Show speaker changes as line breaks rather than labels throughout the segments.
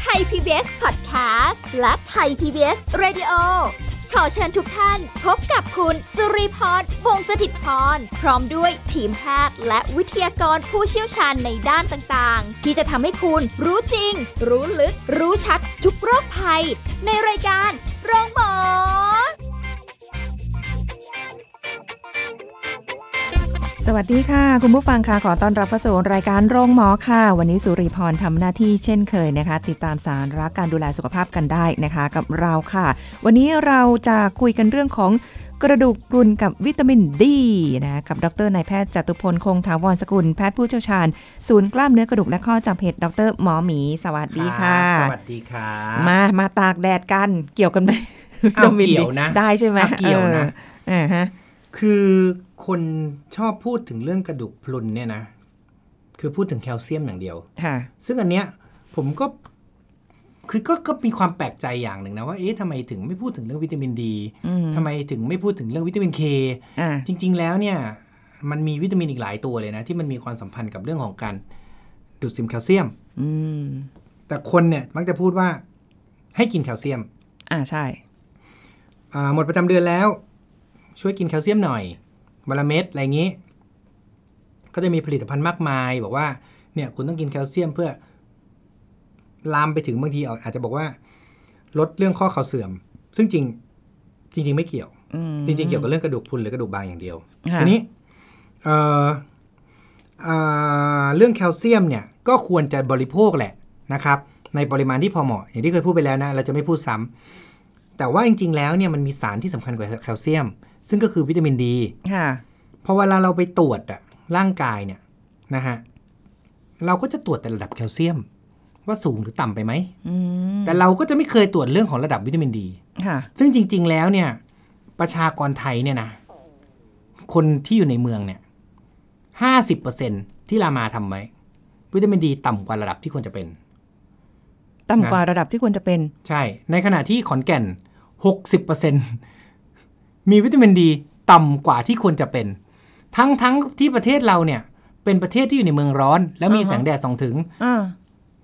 ไทย PBS Podcast และไทย PBS Radio ขอเชิญทุกท่านพบกับคุณ สุริพรวงศสถิตพร พร้อมด้วยทีมแพทย์และวิทยากรผู้เชี่ยวชาญในด้านต่างๆ ที่จะทำให้คุณรู้จริง รู้ลึก รู้ชัดทุกโรคภัย ในรายการโรงพยาบาล
สวัสดีค่ะ คุณผู้ฟังค่ะ ขอต้อนรับเข้าสู่รายการโรงหมอค่ะ วันนี้สุริพรทำหน้าที่เช่นเคยนะคะ ติดตามสาระการดูแลสุขภาพกันได้นะคะ กับเราค่ะ วันนี้เราจะคุยกันเรื่องของกระดูกพรุนกับวิตามินดีนะกับดรนายแพทย์จตุพลคงถาวรสกุลแพทย์ผู้เชี่ยวชาญ ศูนย์กล้ามเนื้อกระดูกและข้อจากเพจดรหมอหมี สวัสดีค่ะ
สวัสดีครับ
มามาตากแดดกันเกี่ยว กันไหม
อ้าว
โดมิ
เกี่ยวนะ
ได้ใช่ไหม
อ้าวเกี่ยวนะ
เอออ่าฮะ
คือคนชอบพูดถึงเรื่องกระดูกพรุนเนี่ยนะ คือพูดถึงแคลเซียมอย่างเดียว
ค่ะ
ซึ่งอันเนี้ยผมก็คือก็ก็มีความแปลกใจอย่างหนึ่งนะว่าเอ๊ะทำไมถึงไม่พูดถึงเรื่องวิตามินดี
อืม
ทำไมถึงไม่พูดถึงเรื่องวิตามินเค
อ่า
จริง ๆ แล้วเนี่ย มันมีวิตามินอีกหลายตัวเลยนะ ที่มันมีความสัมพันธ์กับเรื่องของการดูดซึมแคลเซียม
อืม
แต่คนเนี่ยมักจะพูดว่าให้กินแคลเซียม
อ่าใช่
อ่าหมดประจำเดือนแล้ว ช่วยกินแคลเซียมหน่อยวันละเม็ดอะไรอย่างนี้ ก็จะมีผลิตภัณฑ์มากมาย บอกว่าเนี่ยคุณต้องกินแคลเซียมเพื่อ ลามไปถึงบางทีอาจจะบอกว่า ลดเรื่องข้อเข่าเสื่อม ซึ่งจริง จริง ๆ ไม่เกี่ยว
อืม
จริง ๆ เกี่ยวกับเรื่องกระดูกพรุนหรือกระดูกบางอย่างเดียว
ค่ะ
ทีนี้เอ่อเอ่อเรื่องแคลเซียมเนี่ย ก็ควรจะบริโภคแหละนะครับ ในปริมาณที่พอเหมาะ อย่างที่เคยพูดไปแล้วนะ เราจะไม่พูดซ้ำแต่ว่าจริง ๆ แล้วเนี่ยมันมีสารที่สำคัญกว่าแคลเซียม ซึ่งก็คือวิตามินดี
ค่ะ
พอเวลาเราไปตรวจอะร่างกายเนี่ยนะฮะเราก็จะตรวจแต่ระดับแคลเซียม ว่าสูงหรือต่ำไปไหม
อืม
แต่เราก็จะไม่เคยตรวจเรื่องของระดับวิตามินดี
ค่ะ
ซึ่งจริง ๆ แล้วเนี่ย ประชากรไทยเนี่ยนะ คนที่อยู่ในเมืองเนี่ยห้าสิบเปอร์เซ็นที่รามาทำไว้วิตามินดีต่ำกว่าระดับที่ควรจะเป็น
ต่ำกว่าระดับที่ควรจะเป็น
ใช่ ในขณะที่ขอนแก่นหกสิบเปอร์เซ็นมีวิตามินดีต่ำกว่าที่ควรจะเป็น ทั้งทั้งที่ประเทศเราเนี่ย เป็นประเทศที่อยู่ในเมืองร้อน และมี
อ่าฮะ
แสงแดดส่องถึง
อ่า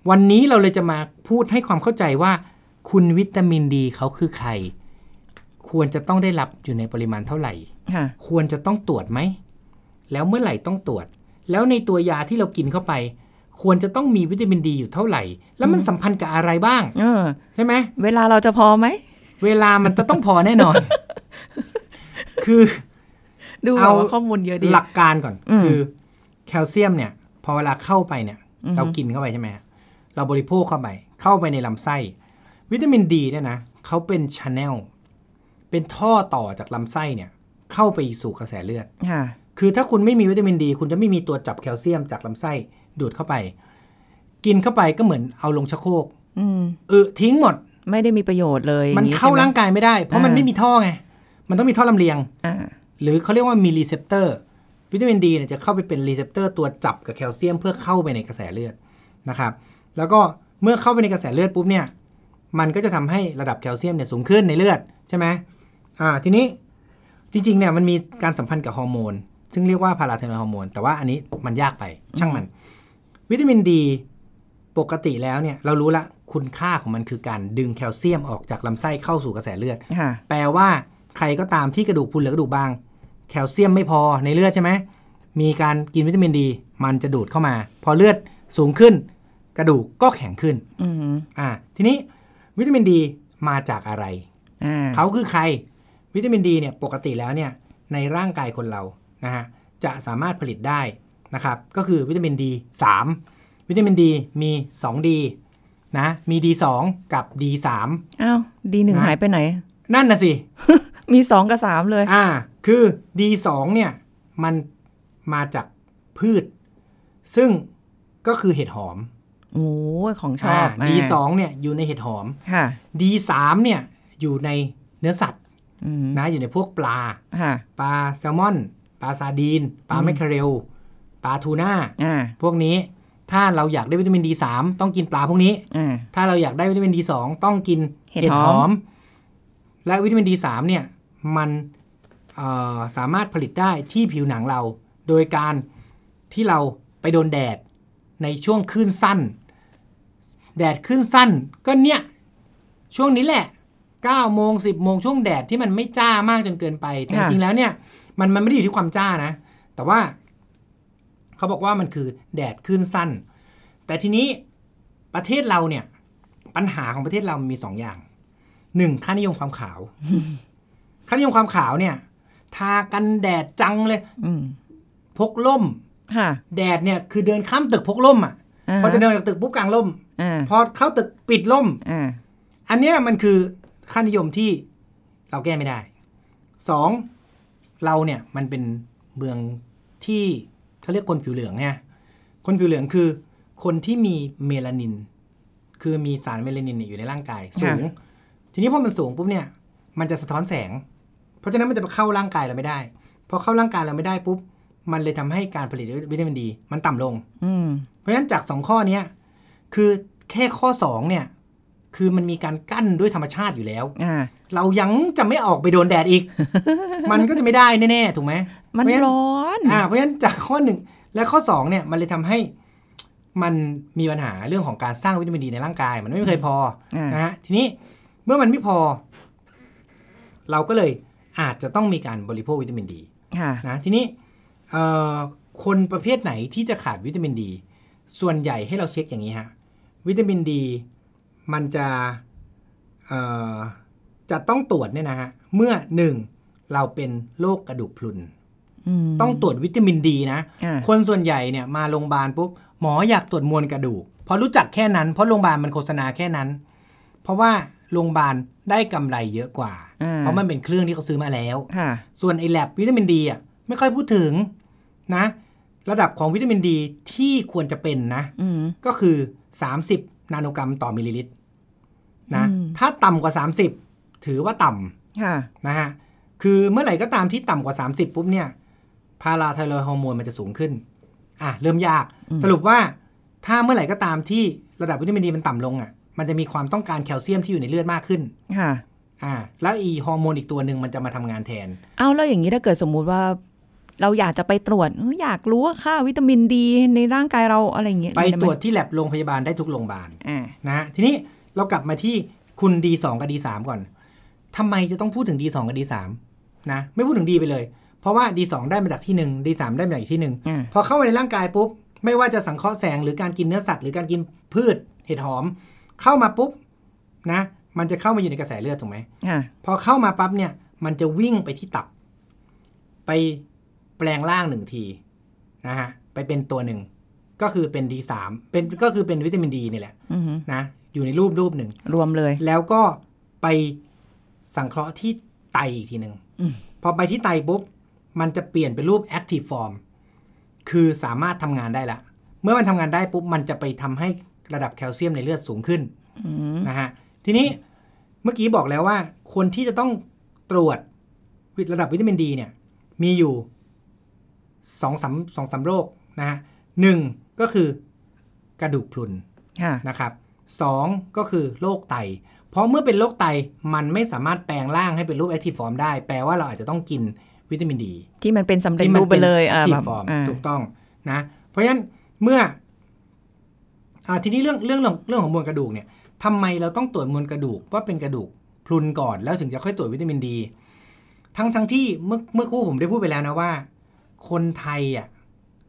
วันนี้เราเลยจะมาพูดให้ความเข้าใจว่า คุณวิตามินดีเขาคือใคร ควรจะต้องได้รับอยู่ในปริมาณเท่าไหร่
ค่ะ
ควรจะต้องตรวจไหม แล้วเมื่อไหร่ต้องตรวจ แล้วในตัวยาที่เรากินเข้าไป ควรจะต้องมีวิตามินดีอยู่เท่าไหร่ แล้วมันสัมพันธ์กับอะไรบ้าง
เออ
ใช่ไหม
เวลาเราจะพอไหม
เวลามันจะต้องพอแน่นอน คือ
ดูแบบ
เอา
ว่าข้อมูลเยอะดี
หลักการก่อน
อืม
คือแคลเซียมเนี่ย พอเวลาเข้าไปเนี่ย เรากินเข้าไปใช่ไหมฮะเราบริโภคเข้าไป เข้าไปในลำไส้ วิตามินดีเนี่ยนะเขาเป็นชแนลเป็นท่อต่อจากลำไส้เนี่ย เข้าไปสู่กระแสเลือด
ค่ะ
คือถ้าคุณไม่มีวิตามินดี คุณจะไม่มีตัวจับแคลเซียมจากลำไส้ดูดเข้าไป กินเข้าไปก็เหมือนเอาลงชักโครก
อืม
อึทิ้งหมด
ไม่ได้มีประโยชน์เลย
มัน
อย่ง
เข้า
ใช่ไห
ร่างกายไม่ได้ เพราะมัน
อ่า
ไม่มีท่อไง มันต้องมีท่อลำเลียง
อ่า
หรือเขาเรียกว่ามีรีเซพเตอร์ วิตามินดีเนี่ยจะเข้าไปเป็นรีเซพเตอร์ตัวจับกับแคลเซียมเพื่อเข้าไปในกระแสเลือดนะครับ แล้วก็เมื่อเข้าไปในกระแสเลือดปุ๊บเนี่ย มันก็จะทำให้ระดับแคลเซียมเนี่ยสูงขึ้นในเลือดใช่ไหมอ่า ทีนี้จริงๆเนี่ยมันมีการสัมพันธ์กับฮอร์โมน ซึ่งเรียกว่าพาราเทนอยด์ฮอร์โมน แต่ว่าอันนี้มันยากไป ช่างมัน วิตามินดีปกติแล้วเนี่ยเรารู้ละคุณค่าของมันคือการดึงแคลเซียมออกจากลำไส้เข้าสู่กระแสเลือด
ค่ะ
แปลว่าใครก็ตามที่กระดูกพรุนหรือกระดูกบาง แคลเซียมไม่พอในเลือดใช่ไหม มีการกินวิตามินดี มันจะดูดเข้ามา พอเลือดสูงขึ้น กระดูกก็แข็งขึ้น
อืม
อ่า ทีนี้วิตามินดีมาจากอะไร
อ่า
เขาคือใคร วิตามินดีเนี่ยปกติแล้วเนี่ยในร่างกายคนเรานะฮะจะสามารถผลิตได้นะครับ ก็คือวิตามินดี3วิตามินดีมี2 D นะมี D2 กับ D3
อ้าวดีหนึ่ง
นะ
หายไปไหน
นั่นนะสิ
มีสองกับสามเลย
อ่า คือ D2 เนี่ย มันมาจากพืช ซึ่งก็คือเห็ดหอม
โอ้ยของชอา บอ่า
D2 เนี่ยอยู่ในเห็ดหอม
ค่ะ
D3 เนี่ยอยู่ในเนื้อสัตว์
อืม
นะ อยู่ในพวกปลา
ค่ะ
ปลาแซลมอน ปลาซาร์ดีน ปลาแมคเคาเรล ปลาทูน่า
อ่า
พวกนี้ ถ้าเราอยากได้วิตามิน D3 ต้องกินปลาพวกนี้
อ่า
ถ้าเราอยากได้วิตามิน D2 ต้องกิน
เห็ดหอม
และวิตามิน D3 เนี่ย มัน เอ่อสามารถผลิตได้ที่ผิวหนังเรา โดยการที่เราไปโดนแดดในช่วงคลื่นสั้น แดดคลื่นสั้นก็เนี่ย ช่วงนี้แหละ 9 โมง 10 โมงช่วงแดดที่มันไม่จ้ามากจนเกินไป แต่
ค่ะ
จริงๆแล้วเนี่ย มันมันไม่ได้อยู่ที่ความจ้านะ แต่ว่า เขาบอกว่ามันคือแดดคลื่นสั้น แต่ทีนี้ประเทศเราเนี่ย ปัญหาของประเทศเรามีสองอย่าง หนึ่งค่านิยมความ ขาว ค่านิยมความขาวเนี่ย ทากันแดดจังเลย
อืม
พกล่ม
ค่ะ
แดดเนี่ย คือเดินข้ามตึกพกล่มอ่ะ
า
พอจะเดินจากตึกปุ๊บกลางล่ม
อ่า
พอเข้าตึกปิดล่ม
อ่า
อันเนี้ยมันคือค่านิยมที่เราแก้ไม่ได้สองเราเนี่ยมันเป็นเมืองที่เขาเรียกคนผิวเหลืองไงคนผิวเหลืองคือ คนที่มีเมลานิน คือมีสารเมลานินเนี่ยอยู่ในร่างกายสูง ทีนี้พอมันสูงปุ๊บเนี่ย มันจะสะท้อนแสง เพราะฉะนั้นมันจะไปเข้าร่างกายเราไม่ได้ พอเข้าร่างกายเราไม่ได้ปุ๊บมันเลยทำให้การผลิตวิตามินดี มันต่ำลง
อืม
เพราะฉะนั้นจากสองข้อเนี้ยคือแค่ข้อสองเนี่ย คือมันมีการกั้นด้วยธรรมชาติอยู่แล้ว
อ่า
เรายังจะไม่ออกไปโดนแดดอีก มันก็จะไม่ได้แน่ๆถูกไหม
มัน
เพราะฉะ
ร้อน
อ่าเพราะฉะนั้นจากข้อหนึ่งและข้อสองเนี่ยมันเลยทำให้มันมีปัญหาเรื่องของการสร้างวิตามินดีในร่างกาย มันไม่เคยพอ
อ่า
นะฮะทีนี้เมื่อมันไม่พอ เราก็เลยอาจจะต้องมีการบริโภควิตามินดี
ค่ะ
นะทีนี้เอ่อคนประเภทไหนที่จะขาดวิตามินดี ส่วนใหญ่ให้เราเช็คอย่างนี้ฮะ วิตามินดีมันจะเอ่อจะต้องตรวจเนี่ยนะฮะ เมื่อหนึ่งเราเป็นโรคกระดูกพรุน
อืม
ต้องตรวจวิตามินดีนะ
อ่า
คนส่วนใหญ่เนี่ยมาโรงพยาบาลปุ๊บหมออยากตรวจมวลกระดูกเพราะรู้จักแค่นั้น เพราะโรงพยาบาลมันโฆษณาแค่นั้น เพราะว่าโรงพยาบาลได้กำไรเยอะกว่า
อ่า
เพราะมันเป็นเครื่องที่เขาซื้อมาแล้ว
ค่ะ
ส่วนไอ้แลบวิตามินดีอ่ะไม่ค่อยพูดถึงนะ ระดับของวิตามินดีที่ควรจะเป็นนะ
อืม
ก็คือ 30 นาโนกรัมต่อมิลลิลิตรนะ
อืม
ถ้าต่ำกว่า 30 ถือว่าต่
ค่ะ
ำนะฮะคือเมื่อไหร่ก็ตามที่ต่ำกว่า 30 ปุ๊บเนี่ยพาราไทรอยด์ฮอร์โมนมันจะสูงขึ้นอ่ะเริ่มยาก
อืม
สรุปว่าถ้าเมื่อไหร่ก็ตามที่ระดับวิตามินดีมันต่ำลงอ่ะมันจะมีความต้องการแคลเซียมที่อยู่ในเลือดมากขึ้น
ค่ะ
อ่าแล้วอีฮอร์โมนอีกตัวหนึ่งมันจะมาทำงานแทน
เอาแล้วอย่างนี้ถ้าเกิดสมมุติว่า เราอยากจะไปตรวจเอ้ยอยากรู้ว่าค่าวิตามินดีในร่างกายเราอะไรอย่างเงี้ย
ไป
ด้หม
ตรวจที่แลบโรงพยาบาลได้ทุกโรงพยาบาล
อ่า
นะฮะทีนี้เรากลับมาที่คุณ D2 กับ D3 ก่อนทำไมจะต้องพูดถึง D2 กับ D3 นะไม่พูดถึง D ไปเลย เพราะว่า D2 ได้มาจากที่หนึ่ง D3 ได้มาจากอีกที่หนึ่ง
อ่า
พอเข้ามาในร่างกายปุ๊บ ไม่ว่าจะสังเคราะห์แสงหรือการกินเนื้อสัตว์หรือการกินพืชเห็ดหอม เข้ามาปุ๊บนะมันจะเข้ามาอยู่ในกระแสเลือดถูกไหม
ค่ะ
พอเข้ามาปั๊บเนี่ย มันจะวิ่งไปที่ตับ ไปแปลงร่างหนึ่งทีนะฮะไปเป็นตัวหนึ่ง ก็คือเป็น D3 เป็นก็คือเป็นวิตามินดีนี่แหละ
อือหือ
นะอยู่ในรูปรูปหนึ่ง
รวมเลย
แล้วก็ไปสังเคราะห์ที่ไตอีกทีหนึ่ง
อืม
พอไปที่ไตปุ๊บ มันจะเปลี่ยนเป็นรูป active form คือสามารถทำงานได้ละ เมื่อมันทำงานได้ปุ๊บ มันจะไปทำให้ระดับแคลเซียมในเลือดสูงขึ้น
อืม
นะฮะทีนี้เมื่อกี้บอกแล้วว่า คนที่จะต้องตรวจวิตระดับวิตามินดีเนี่ย มีอยู่สองสามสองสามโรคนะฮะหนึ่งก็คือกระดูกพรุน
ค่ะ
นะครับสองก็คือโรคไต เพราะเมื่อเป็นโรคไตมันไม่สามารถแปลงร่างให้เป็นรูปแอคทีฟฟอร์มได้ แปลว่าเราอาจจะต้องกินวิตามินดี
ที่มันเป็นสำเร็จ
ที่มั
รูปไปเลยอ่า
แอคที
แบ
ฟ
บ
ฟอร์ม
อ่า
ถูกต้องนะ เพราะฉะนั้นเมื่ออ่าทีนี้เรื่องเรื่องของเรื่องของมวลกระดูกเนี่ยทำไมเราต้องตรวจมวลกระดูกว่าเป็นกระดูกพรุนก่อนแล้วถึงจะค่อยตรวจวิตามินดี ทั้งทั้งที่เมื่อเมื่อครู่ผมได้พูดไปแล้วนะว่า คนไทยอ่ะ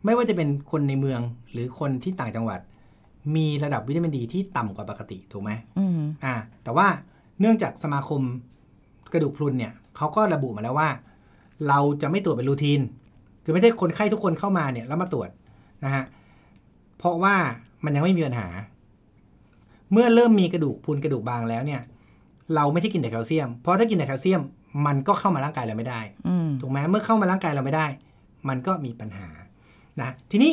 ไม่ว่าจะเป็นคนในเมืองหรือคนที่ต่างจังหวัด มีระดับวิตามินดีที่ต่ำกว่าปกติถูกไหม
อืม
อ่าแต่ว่าเนื่องจากสมาคมกระดูกพรุนเนี่ยเขาก็ระบุมาแล้วว่า เราจะไม่ตรวจเป็นรูทีน คือไม่ใช่คนไข้ทุกคนเข้ามาเนี่ยแล้วมาตรวจนะฮะเพราะว่ามันยังไม่มีปัญหา เมื่อเริ่มมีกระดูกพรุนกระดูกบางแล้วเนี่ย เราไม่ใช่กินแต่แคลเซียม เพราะถ้ากินแต่แคลเซียม มันก็เข้ามาร่างกายเราไม่ได้
อืม
ถูกไหมเมื่อเข้ามาร่างกายเราไม่ได้ มันก็มีปัญหานะทีนี้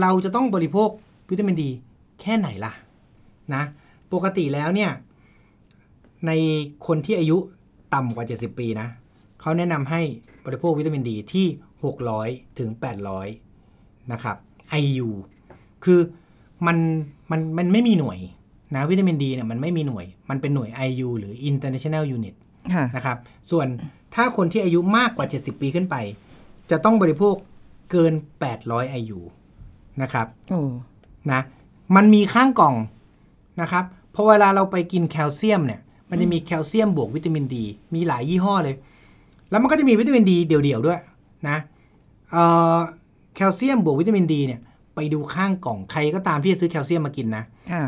เราจะต้องบริโภควิตามินดีแค่ไหนล่ะนะปกติแล้วเนี่ย ในคนที่อายุต่ำกว่า 70 ปีนะเขาแนะนำให้บริโภควิตามินดีที่ 600 ถึง 800 นะครับ IU คือมันมันมันไม่มีหน่วยนะวิตามินดีเนี่ยมันไม่มีหน่วย มันเป็นหน่วย IU หรือ International Unit
ค่ะ
นะครับ ส่วน ถ้าคนที่อายุมากกว่า 70 ปีขึ้นไป จะต้องบริโภคเกิน 800 IU นะครับ
โอ้
นะมันมีข้างกล่องนะครับพอเวลาเราไปกินแคลเซียมเนี่ย มันจะมีแคลเซียมบวกวิตามินดี มีหลายยี่ห้อเลย แล้วมันก็จะมีวิตามินดีเดี่ยวๆด้วยนะเอ่อแคลเซียมบวกวิตามินดีเนี่ย ไปดูข้างกล่องใครก็ตามที่จะซื้อแคลเซียมมากินนะ
ค่ะ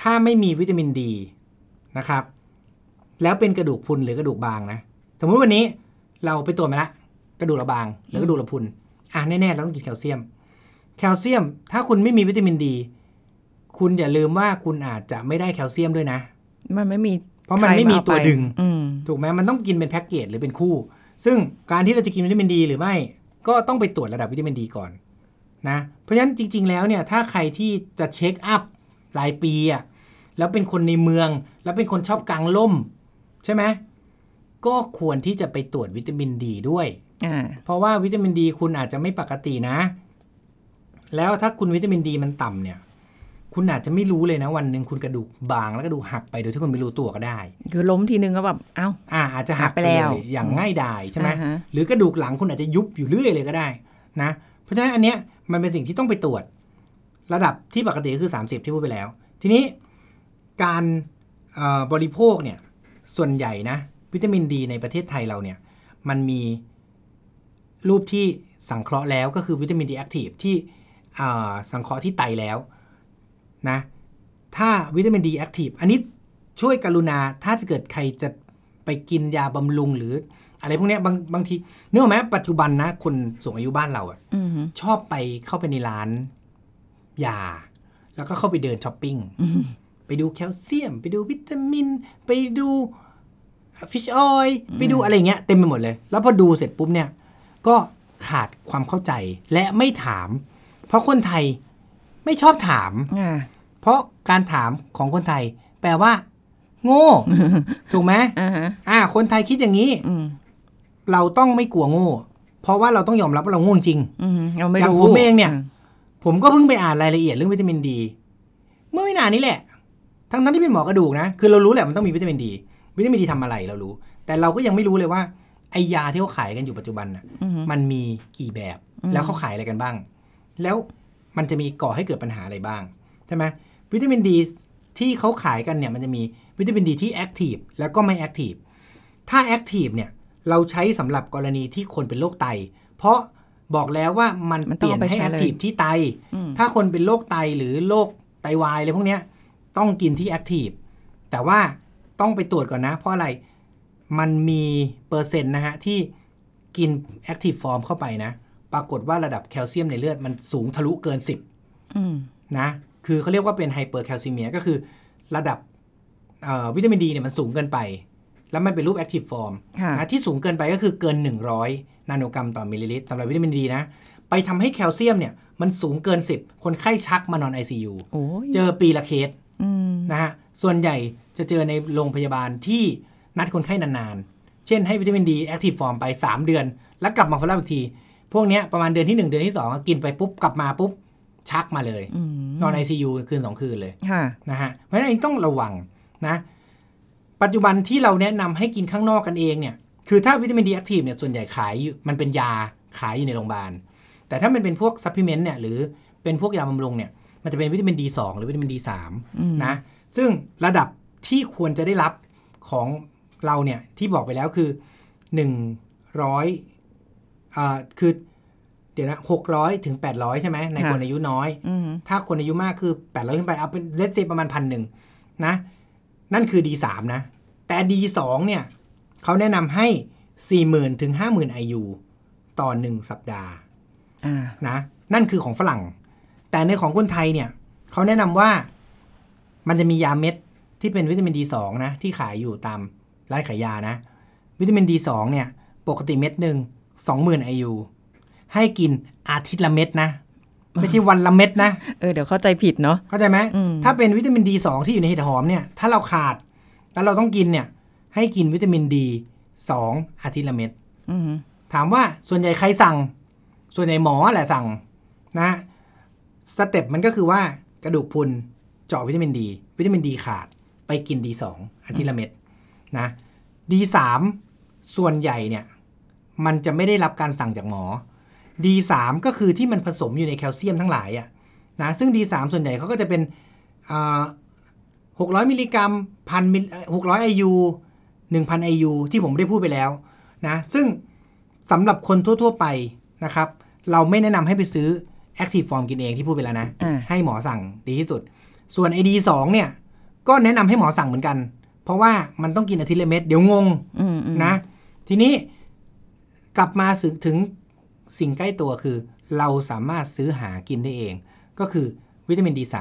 ถ้าไม่มีวิตามินดีนะครับ แล้วเป็นกระดูกพรุนหรือกระดูกบางนะ สมมุติวันนี้เราไปตรวจมาละกระดูกเราบาง หรือกระดูกเราพรุนอ่ะแน่ๆเราต้องกินแคลเซียม แคลเซียม ถ้าคุณไม่มีวิตามินดี คุณอย่าลืมว่าคุณอาจจะไม่ได้แคลเซียมด้วยนะ
มันไม่มี
เพราะมันไม่มี
ใคา
ตัว
ไป
ดึง
อืม
ถูกไหมมันต้องกินเป็นแพ็กเกจหรือเป็นคู่ ซึ่งการที่เราจะกินวิตามินดีหรือไม่ ก็ต้องไปตรวจระดับวิตามินดีก่อนนะ เพราะฉะนั้นจริง ๆ แล้วเนี่ย ถ้าใครที่จะเช็คอัพรายปีอะแล้วเป็นคนในเมือง แล้วเป็นคนชอบกางล่ม ใช่ไหม ก็ควรที่จะไปตรวจวิตามินดีด้วย
อ่า
เพราะว่าวิตามินดีคุณอาจจะไม่ปกตินะ แล้วถ้าคุณวิตามินดีมันต่ำเนี่ย คุณอาจจะไม่รู้เลยนะวันหนึ่งคุณกระดูกบางแล้วกระดูกหักไปโดยที่คุณไม่รู้ตัวก็ได้
คือล้มทีนึงก็แบบ เอ้า
อ่าอาจจะหั
หั
ก
ก
ไป
ไปแล้
แล้ว วอย่างง่ายดายใช่ไหม
อ่าฮะ
หรือกระดูกหลังคุณอาจจะยุบอยู่เรื่อยเลยก็ได้นะเพราะฉะนั้นอันเนี้ยมันเป็นสิ่งที่ต้องไปตรวจ ระดับที่ปกติคือ 30 ที่พูดไปแล้ว ทีนี้การเอ่อบริโภคเนี่ยส่วนใหญ่นะ วิตามินดีในประเทศไทยเราเนี่ย มันมีรูปที่สังเคราะห์แล้วก็คือวิตามินดีแอคทีฟที่เอ่อสังเคราะห์ที่ไตแล้วนะถ้าวิตามินดีแอคทีฟอันนี้ช่วยกรุณาถ้าจะเกิดใครจะ ไปกินยาบำรุงหรืออะไรพวกเนี้ยบางบางทีเนื้ออกไหมปัจจุบันนะ คนสูงอายุบ้านเราอะ
อืม
ชอบไปเข้าไปในร้านยา แล้วก็เข้าไปเดินช้อปปิ้ง ไปดูแคลเซียม ไปดูวิตามิน ไปดูฟิชออยไปดูอะไรอย่างเงี้ยเต็มไปหมดเลย แล้วพอดูเสร็จปุ๊บเนี่ย ก็ขาดความเข้าใจและไม่ถาม เพราะคนไทยไม่ชอบถาม
อ่า
เพราะการถามของคนไทย แปลว่า โง่ ถูกไหม
อ่าฮะ
อ่า คนไทยคิดอย่างนี้
อืม
เราต้องไม่กลัวโง่ เพราะว่าเราต้องยอมรับว่าเราโง่จริง
อืมเราไม่
อย่าง
รู้
ผมเองเนี่ย
า
ผมก็เพิ่งไปอ่านรายละเอียดเรื่องวิตามินดี เมื่อไม่นานนี้แหละ ทั้งนั้นที่เป็นหมอกระดูกนะ คือเรารู้แหละมันต้องมีวิตามินดี วิตามินดีทำอะไรเรารู้ แต่เราก็ยังไม่รู้เลยว่าไอยาที่เขาขายกันอยู่ปัจจุบันน่ะ
อืม
มันมีกี่แบบ
อืม
แล้วเขาขายอะไรกันบ้าง แล้วมันจะมีก่อให้เกิดปัญหาอะไรบ้าง ใช่ไหมวิตามินดีที่เขาขายกันเนี่ยมันจะมีวิตามินดีที่แอคทีฟแล้วก็ไม่แอคทีฟ ถ้าแอคทีฟเนี่ยเราใช้สำหรับกรณีที่คนเป็นโรคไต เพราะบอกแล้วว่ามัน
มัน
เป
ต้อง
ลี่ยน
เอาไป
ให้
ใช้
แอ
เลย
คทีฟที่ไต
อืม
ถ้าคนเป็นโรคไตหรือโรคไตวายอะไรพวกเนี้ยต้องกินที่แอคทีฟ แต่ว่าต้องไปตรวจก่อนนะ เพราะอะไร มันมีเปอร์เซ็นต์นะฮะ ที่กินแอคทีฟฟอร์มเข้าไปนะ ปรากฏว่าระดับแคลเซียมในเลือดมันสูงทะลุเกิน
อืม
10 นะ คือเขาเรียกว่าเป็นไฮเปอร์แคลซิเมียก็คือระดับเอ่อวิตามินดีเนี่ยมันสูงเกินไป แล้วมันเป็นรูปแอคทีฟฟอร์ม
ค่ะ
นะที่สูงเกินไปก็คือเกิน 100 นาโนกรัมต่อมิลลิลิตรสำหรับวิตามินดีนะ ไปทำให้แคลเซียมเนี่ยมันสูงเกิน 10 คนไข้ชักมานอน ICU
โอ้ย
เจอปีละเคส
อืม
นะฮะ ส่วนใหญ่จะเจอในโรงพยาบาลที่นัดคนไข้นานๆ เช่นให้วิตามินดีแอคทีฟฟอร์มไป 3 เดือน แล้วกลับมาฟอลล่าอีกที พวกเนี้ยประมาณเดือนที่ 1 เดือนที่ 2 กินไปปุ๊บ กลับมาปุ๊บ ชักมาเลย
อืม
นอน ICU คืน 2 คืนเลย
ค่ะ
นะฮะ เพราะฉะนั้นอันนี้ต้องระวังนะ ปัจจุบันที่เราแนะนำให้กินข้างนอกกันเองเนี่ย คือถ้าวิตามินดีแอคทีฟเนี่ยส่วนใหญ่ขายอยู่มันเป็นยาขายอยู่ในโรงพยาบาล แต่ถ้ามันเป็นพวกซัพพลีเมนต์เนี่ยหรือเป็นพวกยาบำรุงเนี่ย มันจะเป็นวิตามิน D2 หรือวิตามิน D3 นะ ซึ่งระดับที่ควรจะได้รับของเราเนี่ยที่บอกไปแล้วคือ 100อ่าคือเดี๋ยวนะ600ถึง800 ใช่ไหมใน
ค่ะ
คนอายุน้อย
อืม
ถ้าคนอายุมากคือแปดร้อยขึ้นไป เอาเป็นเลสเซประมาณพันหนึ่งนะ นั่นคือ D3 นะ แต่ D2 เนี่ยเขาแนะนำให้ 40,000 ถึง 50,000 IU ต่อ 1 สัปดาห์
อ่า
นะ นั่นคือของฝรั่ง แต่ในของคนไทยเนี่ยเขาแนะนำว่ามันจะมียาเม็ดที่เป็นวิตามิน D2 นะ ที่ขายอยู่ตามร้านขายยานะ วิตามิน D2 เนี่ย ปกติเม็ดหนึ่ง20,000 IU ให้กินอาทิตย์ละเม็ดนะ ไม่ใช่วันละเม็ดนะ
เออ เดี๋ยวเข้าใจผิดเนาะ
เข้าใจไหม
อืม
ถ้าเป็นวิตามิน D2 ที่อยู่ในเห็ดหอมเนี่ย ถ้าเราขาด แล้วเราต้องกินเนี่ย ให้กินวิตามิน D2 อาทิตย์ละเม็ด
อืม
ถามว่าส่วนใหญ่ใครสั่ง ส่วนใหญ่หมอแหละสั่งนะสเต็ปมันก็คือว่ากระดูกพรุนเจาะวิตามินดี วิตามินดีขาด ไปกิน D2 อาทิตย์ละเม็ดนะ D3 ส่วนใหญ่เนี่ยมันจะไม่ได้รับการสั่งจากหมอ D3 ก็คือที่มันผสมอยู่ในแคลเซียมทั้งหลายอะนะซึ่ง D3 ส่วนใหญ่เขาก็จะเป็นหกร้อยมิลลิกรัมพันหกร้อยไอยูหนึ่งพันไอยูที่ผมได้พูดไปแล้วนะซึ่งสำหรับคนทั่ว ๆ ไปนะครับ เราไม่แนะนำให้ไปซื้อ Active Form กินเองที่พูดไปแล้วนะ
อ่า
ให้หมอสั่งดีที่สุด ส่วน i d 2เนี่ย ก็แนะนำให้หมอสั่งเหมือนกัน เพราะว่ามันต้องกินอาทิตย์ละเม็ดเดี๋ยวงง
อืมอืม
นะ ทีนี้กลับมาถึงถึงสิ่งใกล้ตัวคือ เราสามารถซื้อหากินได้เอง ก็คือวิตามิน D3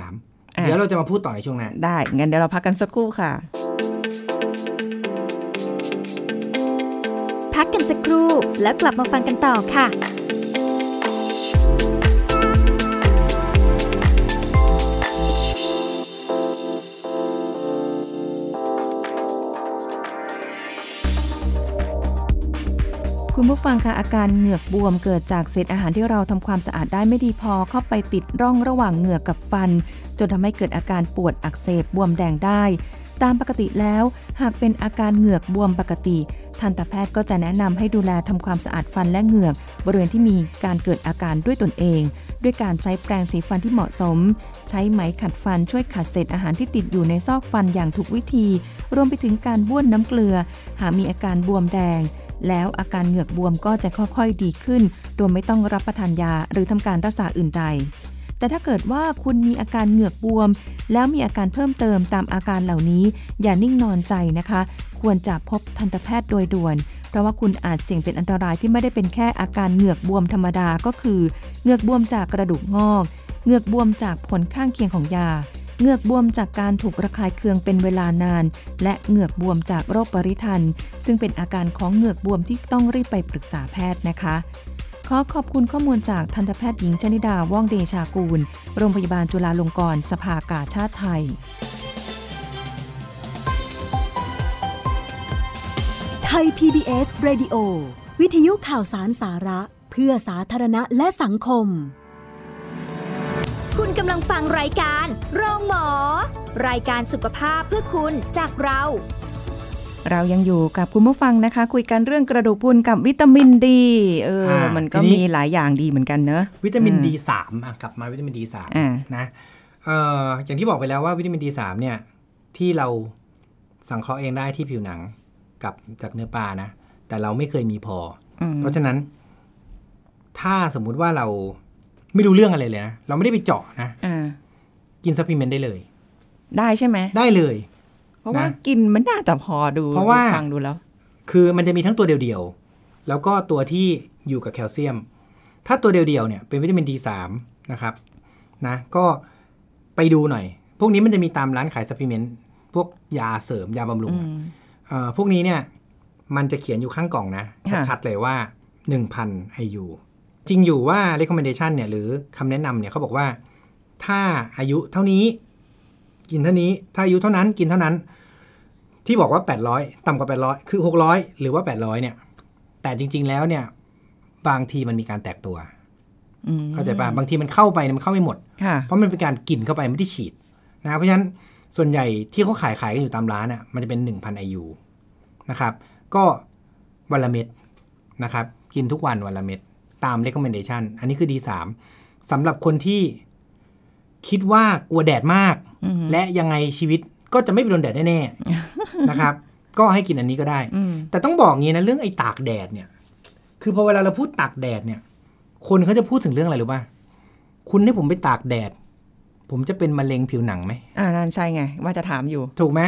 เดี๋ยวเราจะมาพูดต่อในช่วงหน้า
ได้งั้นเดี๋ยวเราพักกันสักครู่ค่ะ
พักกันสักครู่แล้วกลับมาฟังกันต่อค่ะ
คุณผู้ฟังคะอาการเหงือกบวมเกิดจากเศษอาหารที่เราทำความสะอาดได้ไม่ดีพอเข้าไปติดร่องระหว่างเหงือกกับฟัน จนทำให้เกิดอาการปวดอักเสบบวมแดงได้ ตามปกติแล้ว หากเป็นอาการเหงือกบวมปกติ ทันตแพทย์ก็จะแนะนำให้ดูแลทำความสะอาดฟันและเหงือก บริเวณที่มีการเกิดอาการด้วยตนเอง ด้วยการใช้แปรงสีฟันที่เหมาะสม ใช้ไหมขัดฟันช่วยขัดเศษอาหารที่ติดอยู่ในซอกฟันอย่างถูกวิธี รวมไปถึงการบ้วนน้ำเกลือ หากมีอาการบวมแดง แล้วอาการเหงือกบวมก็จะค่อยๆดีขึ้น โดยไม่ต้องรับประทานยาหรือทำการรักษาอื่นใด แต่ถ้าเกิดว่าคุณมีอาการเหงือกบวม แล้วมีอาการเพิ่มเติมตามอาการเหล่านี้ อย่านิ่งนอนใจนะคะ ควรจะพบทันตแพทย์โดยด่วน เพราะว่าคุณอาจเสี่ยงเป็นอันตรายที่ไม่ได้เป็นแค่อาการเหงือกบวมธรรมดาก็คือ เหงือกบวมจากกระดูกงอก เหงือกบวมจากผลข้างเคียงของยา เหงือกบวมจากการถูกระคายเคืองเป็นเวลานาน และเหงือกบวมจากโรคปริทัน ซึ่งเป็นอาการของเหงือกบวมที่ต้องรีบไปปรึกษาแพทย์นะคะ ขอขอบคุณข้อมูลจากทันตแพทย์หญิงชนิดาว่องเดชากูล โรงพยาบาลจุฬาลงกรณ์สภากาชาติไทย
ไทย PBS Radio วิทยุข่าวสารสาระ เพื่อสาธารณะและสังคม
คุณกำลังฟังรายการโรงหมอ รายการสุขภาพเพื่อคุณจากเรา
เรายังอยู่กับคุณผู้ฟังนะคะ คุยกันเรื่องกระดูกพรุนกับวิตามินดีเออ
อ่า
มันก็
ทีนี้
มีหลายอย่างดีเหมือนกันเนอะ
วิตามิน
อืม
D3 อ่ะกลับมาวิตามิน D3
อ่า
นะเอ่ออย่างที่บอกไปแล้วว่าวิตามิน D3 เนี่ย ที่เราสังเคราะห์เองได้ที่ผิวหนังกับจากเนื้อปลานะ แต่เราไม่เคยมีพออ
ม
เพราะฉะนั้น ถ้าสมมุติว่าเราไม่รู้เรื่องอะไรเลยนะเราไม่ได้ไปเจาะนะ
อ่า
กินซัพพลีเมนต์ได้เลย
ได้ใช่ไหม
ได้เลย
เพราะว่า
นะ
กินมันน่าจะพอดู
เพราะว่า
ฟังดูแล้ว
คือมันจะมีทั้งตัวเดียวๆ แล้วก็ตัวที่อยู่กับแคลเซียม ถ้าตัวเดียวๆ เนี่ยเป็นวิตามิน D3 นะครับนะก็ไปดูหน่อย พวกนี้มันจะมีตามร้านขายซัพพลีเมนต์พวกยาเสริมยาบำรุงอะเอ่อพวกนี้เนี่ยมันจะเขียนอยู่ข้างกล่องนะ
ค่ะ
ชัดๆเลยว่า 1,000 IU จริงอยู่ว่า recommendation เนี่ยหรือคำแนะนำเนี่ยเขาบอกว่า ถ้าอายุเท่านี้ กินเท่านี้ ถ้าอายุเท่านั้นกินเท่านั้น ที่บอกว่า 800 ต่ำกว่า 800 คือ 600 หรือว่า 800 เนี่ย แต่จริง ๆ แล้วเนี่ย บางทีมันมีการแตกตัว
อืม
เข้าใจป่ะ บางทีมันเข้าไปเนี่ยมันเข้าไม่หมด
ค่ะ
เพราะมันเป็นการกินเข้าไปไม่ได้ฉีดนะเพราะฉะนั้นส่วนใหญ่ที่เขาขายขายกันอยู่ตามร้านอ่ะมันจะเป็น 1,000 IU นะครับ ก็วันละเม็ดนะครับ กินทุกวันวันละเม็ดตาม recommendation อันนี้คือ D3 สำหรับคนที่คิดว่ากลัวแดดมาก และยังไงชีวิตก็จะไม่ไปโดนแดดแน่ๆ นะครับ ก็ให้กินอันนี้ก็ได้
อืม
แต่ต้องบอกงี้นะเรื่องไอ้ตากแดดเนี่ย คือพอเวลาเราพูดตากแดดเนี่ย คนเขาจะพูดถึงเรื่องอะไรรู้ป่ะคุณให้ผมไปตากแดด ผมจะเป็นมะเร็งผิวหนังไหม
อ่านั่นใช่ไง ว่าจะถามอยู่
ถูกไหม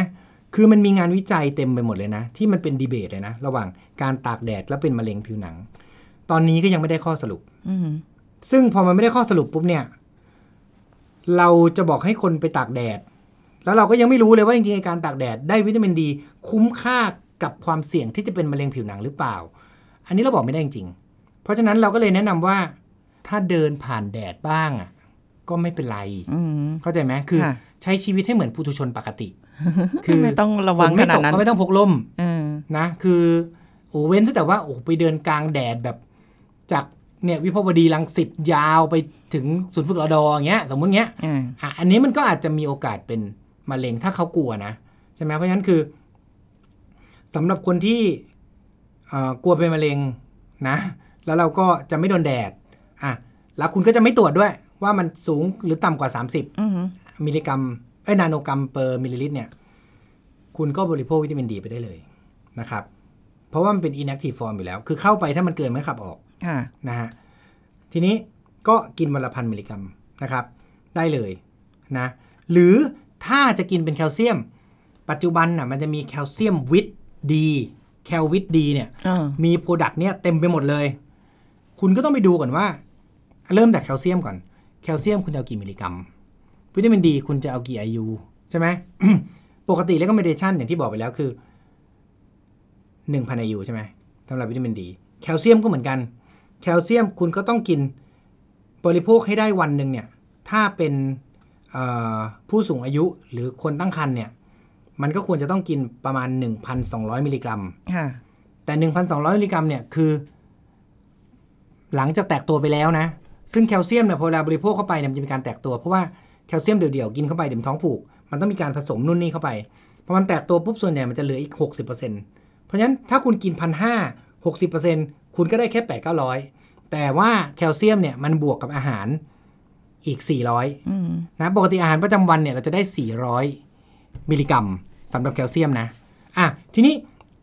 คือมันมีงานวิจัยเต็มไปหมดเลยนะ ที่มันเป็นดีเบตเลยนะ ระหว่างการตากแดดและเป็นมะเร็งผิวหนัง ตอนนี้ก็ยังไม่ได้ข้อสรุป
อืม
ซึ่งพอมันไม่ได้ข้อสรุปปุ๊บเนี่ย เราจะบอกให้คนไปตากแดด แล้วเราก็ยังไม่รู้เลยว่าจริงๆไอ้การตากแดดได้วิตามินดี คุ้มค่ากับความเสี่ยงที่จะเป็นมะเร็งผิวหนังหรือเปล่า อันนี้เราบอกไม่ได้จริงๆ เพราะฉะนั้นเราก็เลยแนะนำว่า ถ้าเดินผ่านแดดบ้างอ่ะ ก็ไม่เป็นไร
อืม
เข้าใจไหมคือ
ค่ะ
ใช้ชีวิตให้เหมือนผู้ทุชนปก ติ
ไม่ต้องระวัง
ฝไม่
ขนาดนั้
ตก
น
ก็ไม่ต้องพกล่ม
เออ
นะคือโอ้เว้นแต่ว่าโอ้ไปเดินกลางแดดแบบจากเนี่ยวิภาวดีรังสิตยาวไปถึงศูนย์ฝึกรอดออย่างเงี้ยสมมติเงี้ย
อ่า
อ่ะอันนี้มันก็อาจจะมีโอกาสเป็นมะเร็งถ้าเขากลัวนะ ใช่ไหมเพราะฉะนั้นคือสำหรับคนที่ เอ่อกลัวเป็นมะเร็งนะ แล้วเราก็จะไม่โดนแดดอ่ะแล้วคุณก็จะไม่ตรวจด้วยว่ามันสูงหรือต่ำกว่า 30
อือหือ
มิลลิกรัมเอ้ยนาโนกรัมเปอร์มิลลิลิตรเนี่ย คุณก็บริโภควิตามินดีไปได้เลยนะครับ เพราะว่ามันเป็น inactive form อยู่แล้ว คือเข้าไปถ้ามันเกินมันขับออก
ค่ะ
นะฮะทีนี้ก็กินวันละพันมิลลิกรัมนะครับ ได้เลยนะหรือถ้าจะกินเป็นแคลเซียม ปัจจุบันน่ะมันจะมีแคลเซียมวิตดีแคลวิตดีเนี่ย
อ่า
มีโปรดักต์เนี่ยเต็มไปหมดเลย คุณก็ต้องไปดูก่อนว่า เริ่มจากแคลเซียมก่อน แคลเซียมคุณจะเอากี่มิลลิกรัม วิตามินดีคุณจะเอากี่ IU ใช่ไหม ปกติแล้วก็เมดิชันอย่างที่บอกไปแล้วคือ 1,000 IU ใช่ไหมสำหรับวิตามินดี แคลเซียมก็เหมือนกัน แคลเซียมคุณก็ต้องกินบริโภคให้ได้วันหนึ่งเนี่ย ถ้าเป็นเอ่อผู้สูงอายุหรือคนตั้งครรภ์เนี่ย มันก็ควรจะต้องกินประมาณ 1,200 มิลลิกรัม
ค่ะ
แต่ 1,200 มิลลิกรัมเนี่ยคือ หลังจากแตกตัวไปแล้วนะ ซึ่งแคลเซียมเนี่ยพอเวลาบริโภคเข้าไปเนี่ยมันจะมีการแตกตัว เพราะว่าแคลเซียมเดี่ยวๆกินเข้าไปเดี๋ยวมันท้องผูก มันต้องมีการผสมนู่นนี่เข้าไปพอมันแตกตัวปุ๊บส่วนใหญ่มันจะเหลืออีก 60%เพราะฉะนั้นถ้าคุณกินพันห้าหกสิบเปอร์เซ็นต์คุณก็ได้แค่แปดเก้าร้อยแต่ว่าแคลเซียมเนี่ยมันบวกกับอาหารอีกสี่ร้อย
อืม
นะปกติอาหารประจำวันเนี่ยเราจะได้ 400 มิลลิกรัมสำหรับแคลเซียมนะอ่ะทีนี้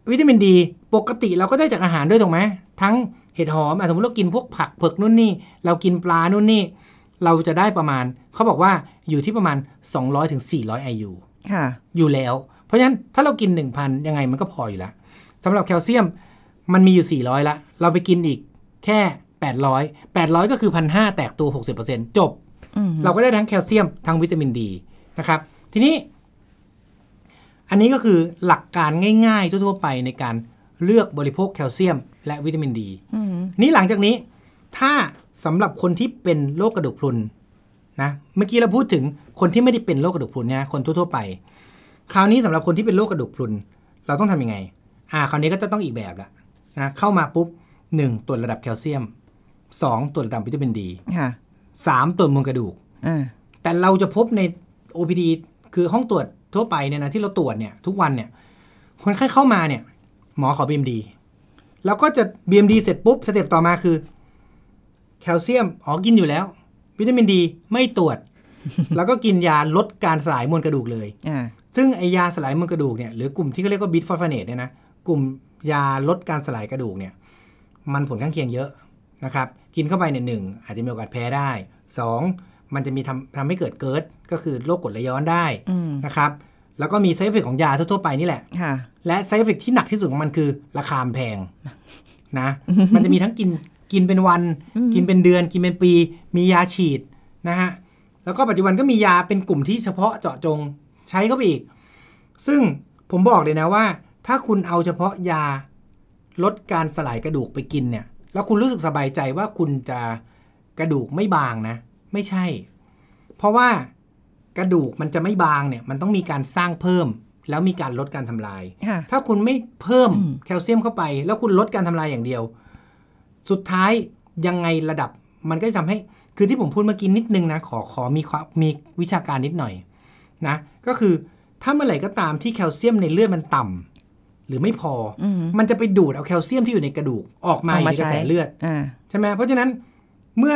วิตามินดีปกติเราก็ได้จากอาหารด้วยถูกไหมทั้งเห็ดหอมอ่ะสมมติเรากินพวกผักเผือกนู่นนี่ เรากินปลานู่นนี่ เราจะได้ประมาณ เขาบอกว่าอยู่ที่ประมาณ 200ถึง400 IU
ค่ะ
อยู่แล้ว เพราะฉะนั้นถ้าเรากิน 1,000 ยังไงมันก็พออยู่แล้วสำหรับแคลเซียมมันมีอยู่ 400 ละ เราไปกินอีกแค่ 800 800 ก็คือ 1,500 แตกตัว 60%จบ
อืม
เราก็ได้ทั้งแคลเซียมทั้งวิตามินดีนะครับ ทีนี้ อันนี้ก็คือหลักการง่ายๆ ทั่วๆไปในการเลือกบริโภคแคลเซียม และวิตามินดี
อืม
นี่หลังจากนี้ถ้าสำหรับคนที่เป็นโรคกระดูกพรุนนะเมื่อกี้เราพูดถึงคนที่ไม่ได้เป็นโรคกระดูกพรุนเนี่ยคนทั่วๆไป คราวนี้สำหรับคนที่เป็นโรคกระดูกพรุน เราต้องทำยังไง อ่า คราวนี้ก็จะต้องอีกแบบละนะเข้ามาปุ๊บหนึ่งตรวจระดับแคลเซียมสองตรวจระดับวิตามินดี
ค่ะ
สามตรวจมวลกระดูก
อ่า
แต่เราจะพบใน OPD คือห้องตรวจทั่วไปเนี่ยนะที่เราตรวจเนี่ยทุกวันเนี่ยคนไข้เข้ามาเนี่ย หมอขอ BMD แล้วก็จะ BMD เสร็จปุ๊บสเต็ปต่อมาคือ แคลเซียมอ๋อกินอยู่แล้ว วิตามินดีไม่ตรวจ แล้วก็กินยาลดการสลายมวลกระดูกเลย
อ่า
ซึ่งไอยาสลายมวลกระดูกเนี่ยหรือกลุ่มที่เขาเรียกว่าบิทฟอสฟาเนตเนี่ยนะกลุ่มยาลดการสลายกระดูกเนี่ย มันผลข้างเคียงเยอะนะครับ กินเข้าไปเนี่ยหนึ่งอาจจะมีโอกาสแพ้ได้ 2 มันจะมีทำทำให้เกิดเกิดก็คือโรคกรดไหลย้อนได้
อืม
นะครับ แล้วก็มีไซเฟกของยาทั่วๆไปนี่แหละ
ค่ะ
และไซเฟกที่หนักที่สุดของมันคือ ราคามนแพงนะ มันจะมีทั้งกินกินเป็นวัน กินเป็นเดือน กินเป็นปี มียาฉีดนะฮะ แล้วก็ปัจจุบันก็มียาเป็นกลุ่มที่เฉพาะเจาะจงใช้เข้าไปอีก ซึ่งผมบอกเลยนะว่า ถ้าคุณเอาเฉพาะยาลดการสลายกระดูกไปกินเนี่ย แล้วคุณรู้สึกสบายใจว่าคุณจะกระดูกไม่บางนะ ไม่ใช่ เพราะว่ากระดูกมันจะไม่บางเนี่ย มันต้องมีการสร้างเพิ่ม แล้วมีการลดการทำลาย
ค่ะ
ถ้าคุณไม่เพิ่ม
อืม
แคลเซียมเข้าไป แล้วคุณลดการทำลายอย่างเดียว สุดท้ายยังไงระดับมันก็จะทำให้ คือที่ผมพูดเมื่อกี้นิดนึงนะ ขอขอมีความมีวิชาการนิดหน่อยนะ ก็คือถ้าเมื่อไหร่ก็ตามที่แคลเซียมในเลือดมันต่ำหรือไม่พออ
อืม
มันจะไปดูดเอาแคลเซียมที่อยู่ในกระดูกออกมา
เอ
อยู่ในกระ
ใช้
แสเลือด
อ่า
ใช่ไหมเพราะฉะนั้นเมื่อ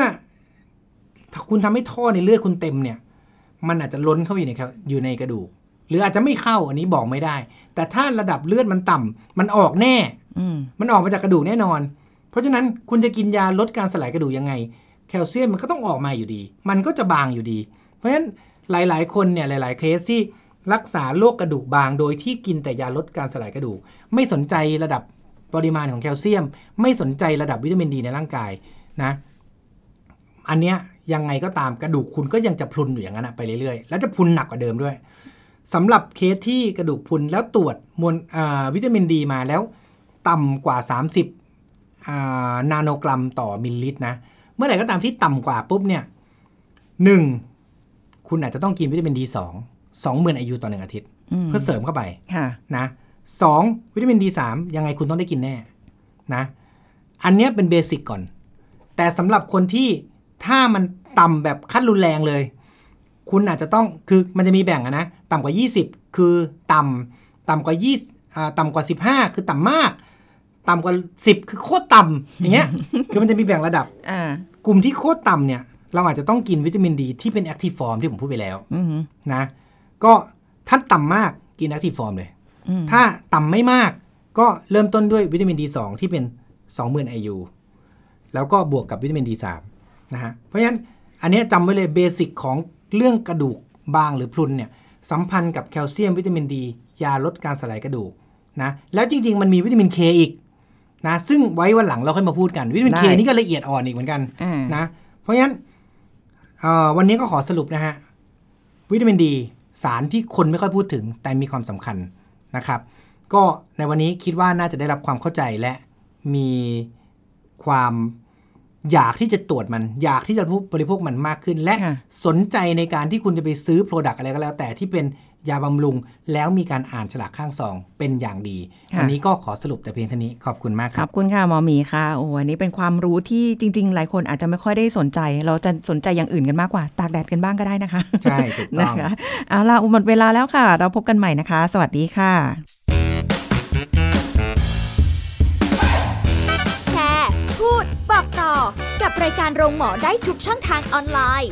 ถ้าคุณทำให้ท่อในเลือดคุณเต็มเนี่ย มันอาจจะล้นเข้าไปอยู่ในแคลอยู่ในกระดูก หรืออาจจะไม่เข้าอันนี้บอกไม่ได้ แต่ถ้าระดับเลือดมันต่ำมันออกแน่
อืม
มันออกมาจากกระดูกแน่นอน เพราะฉะนั้นคุณจะกินยาลดการสลายกระดูกยังไง แคลเซียมมันก็ต้องออกมาอยู่ดี มันก็จะบางอยู่ดี เพราะฉะนั้นหลาย ๆ คนเนี่ยหลาย ๆ เคสที่รักษาโรคกระดูกบาง โดยที่กินแต่ยาลดการสลายกระดูก ไม่สนใจระดับปริมาณของแคลเซียม ไม่สนใจระดับวิตามินดีในร่างกายนะ อันเนี้ยยังไงก็ตามกระดูกคุณก็ยังจะพรุนอยู่อย่างนั้นอะไปเรื่อย ๆ แล้วจะพรุนหนักกว่าเดิมด้วยสำหรับเคสที่กระดูกพรุนแล้วตรวจมวลอ่าวิตามินดีมาแล้ว ต่ำกว่า 30อ่านาโนกรัมต่อมิลลิลิตรนะ เมื่อไหร่ก็ตามที่ต่ำกว่าปุ๊บเนี่ยหนึ่งคุณอาจจะต้องกินวิตามินดีสองสองหมื่นอายุต่อหนึ่งอาทิตย์
อืม
เพื่อเสริมเข้าไป
ค่ะ
นะสองวิตามินดีสามยังไงคุณต้องได้กินแน่นะอันเนี้ยเป็นเบสิกก่อน แต่สำหรับคนที่ถ้ามันต่ำแบบขั้นรุนแรงเลย คุณอาจจะต้องคือมันจะมีแบ่งอะนะต่ำกว่า 20 คือต่ำต่ำกว่า20อ่าต่ำกว่า 15 คือต่ำมาก ต่ำกว่า 10 คือโคตรต่ำอย่างเงี้ย คือมันจะมีแบ่งระดับ
อ่าก
ลุ่มที่โคตรต่ำเนี่ย เราอาจจะต้องกินวิตามินดีที่เป็นแอคทีฟฟอร์มที่ผมพูดไปแล้ว
อืม
นะ ก็ถ้าต่ำมากกินแอคทีฟฟอร์มเลย ถ้าต่ำไม่มากก็เริ่มต้นด้วยวิตามิน D2 ที่เป็น 20,000 IU แล้วก็บวกกับวิตามิน D3 นะฮะ เพราะฉะนั้นอันเนี้ยจำไว้เลยเบสิกของเรื่องกระดูกบางหรือพรุนเนี่ยสัมพันธ์กับแคลเซียมวิตามินดี ยาลดการสลายกระดูกนะแล้วจริง ๆ มันมีวิตามินเคอีกนะซึ่งไว้วันหลังเราค่อยมาพูดกันวิตามินเคนี่ก็ละเอียดอ่อนอีกเหมือนกัน
อ่า
นะเพราะงั้นเอ่อวันนี้ก็ขอสรุปนะฮะ วิตามินดี สารที่คนไม่ค่อยพูดถึงแต่มีความสำคัญนะครับ ก็ในวันนี้คิดว่าน่าจะได้รับความเข้าใจและมีความอยากที่จะตรวจมัน อยากที่จะบริโภคมันมากขึ้น และ
ค่ะ
สนใจในการที่คุณจะไปซื้อโปรดักต์อะไรก็แล้ว แต่ที่เป็นยาบำรุง แล้วมีการอ่านฉลากข้างซองเป็นอย่างดี
ค่ะ
วันี้ก็ขอสรุปแต่เพียงเท่านี้ขอบคุณมากค
ข
รับ
อบคุณค่ะหมอหมีค่ะโอ้อันนี้เป็นความรู้ที่จริง ๆ หลายคนอาจจะไม่ค่อยได้สนใจ เราจะสนใจอย่างอื่นกันมากกว่า ตากแดดกันบ้างก็ได้นะคะ
ใช่ถูกต้อง
นะคะเอาล่ะหมดเวลาแล้วค่ะ เราพบกันใหม่นะคะ สวัสดีค่ะ
แชร์ พูด บอกต่อ กับรายการโรงหมอได้ทุกช่องทางออนไลน์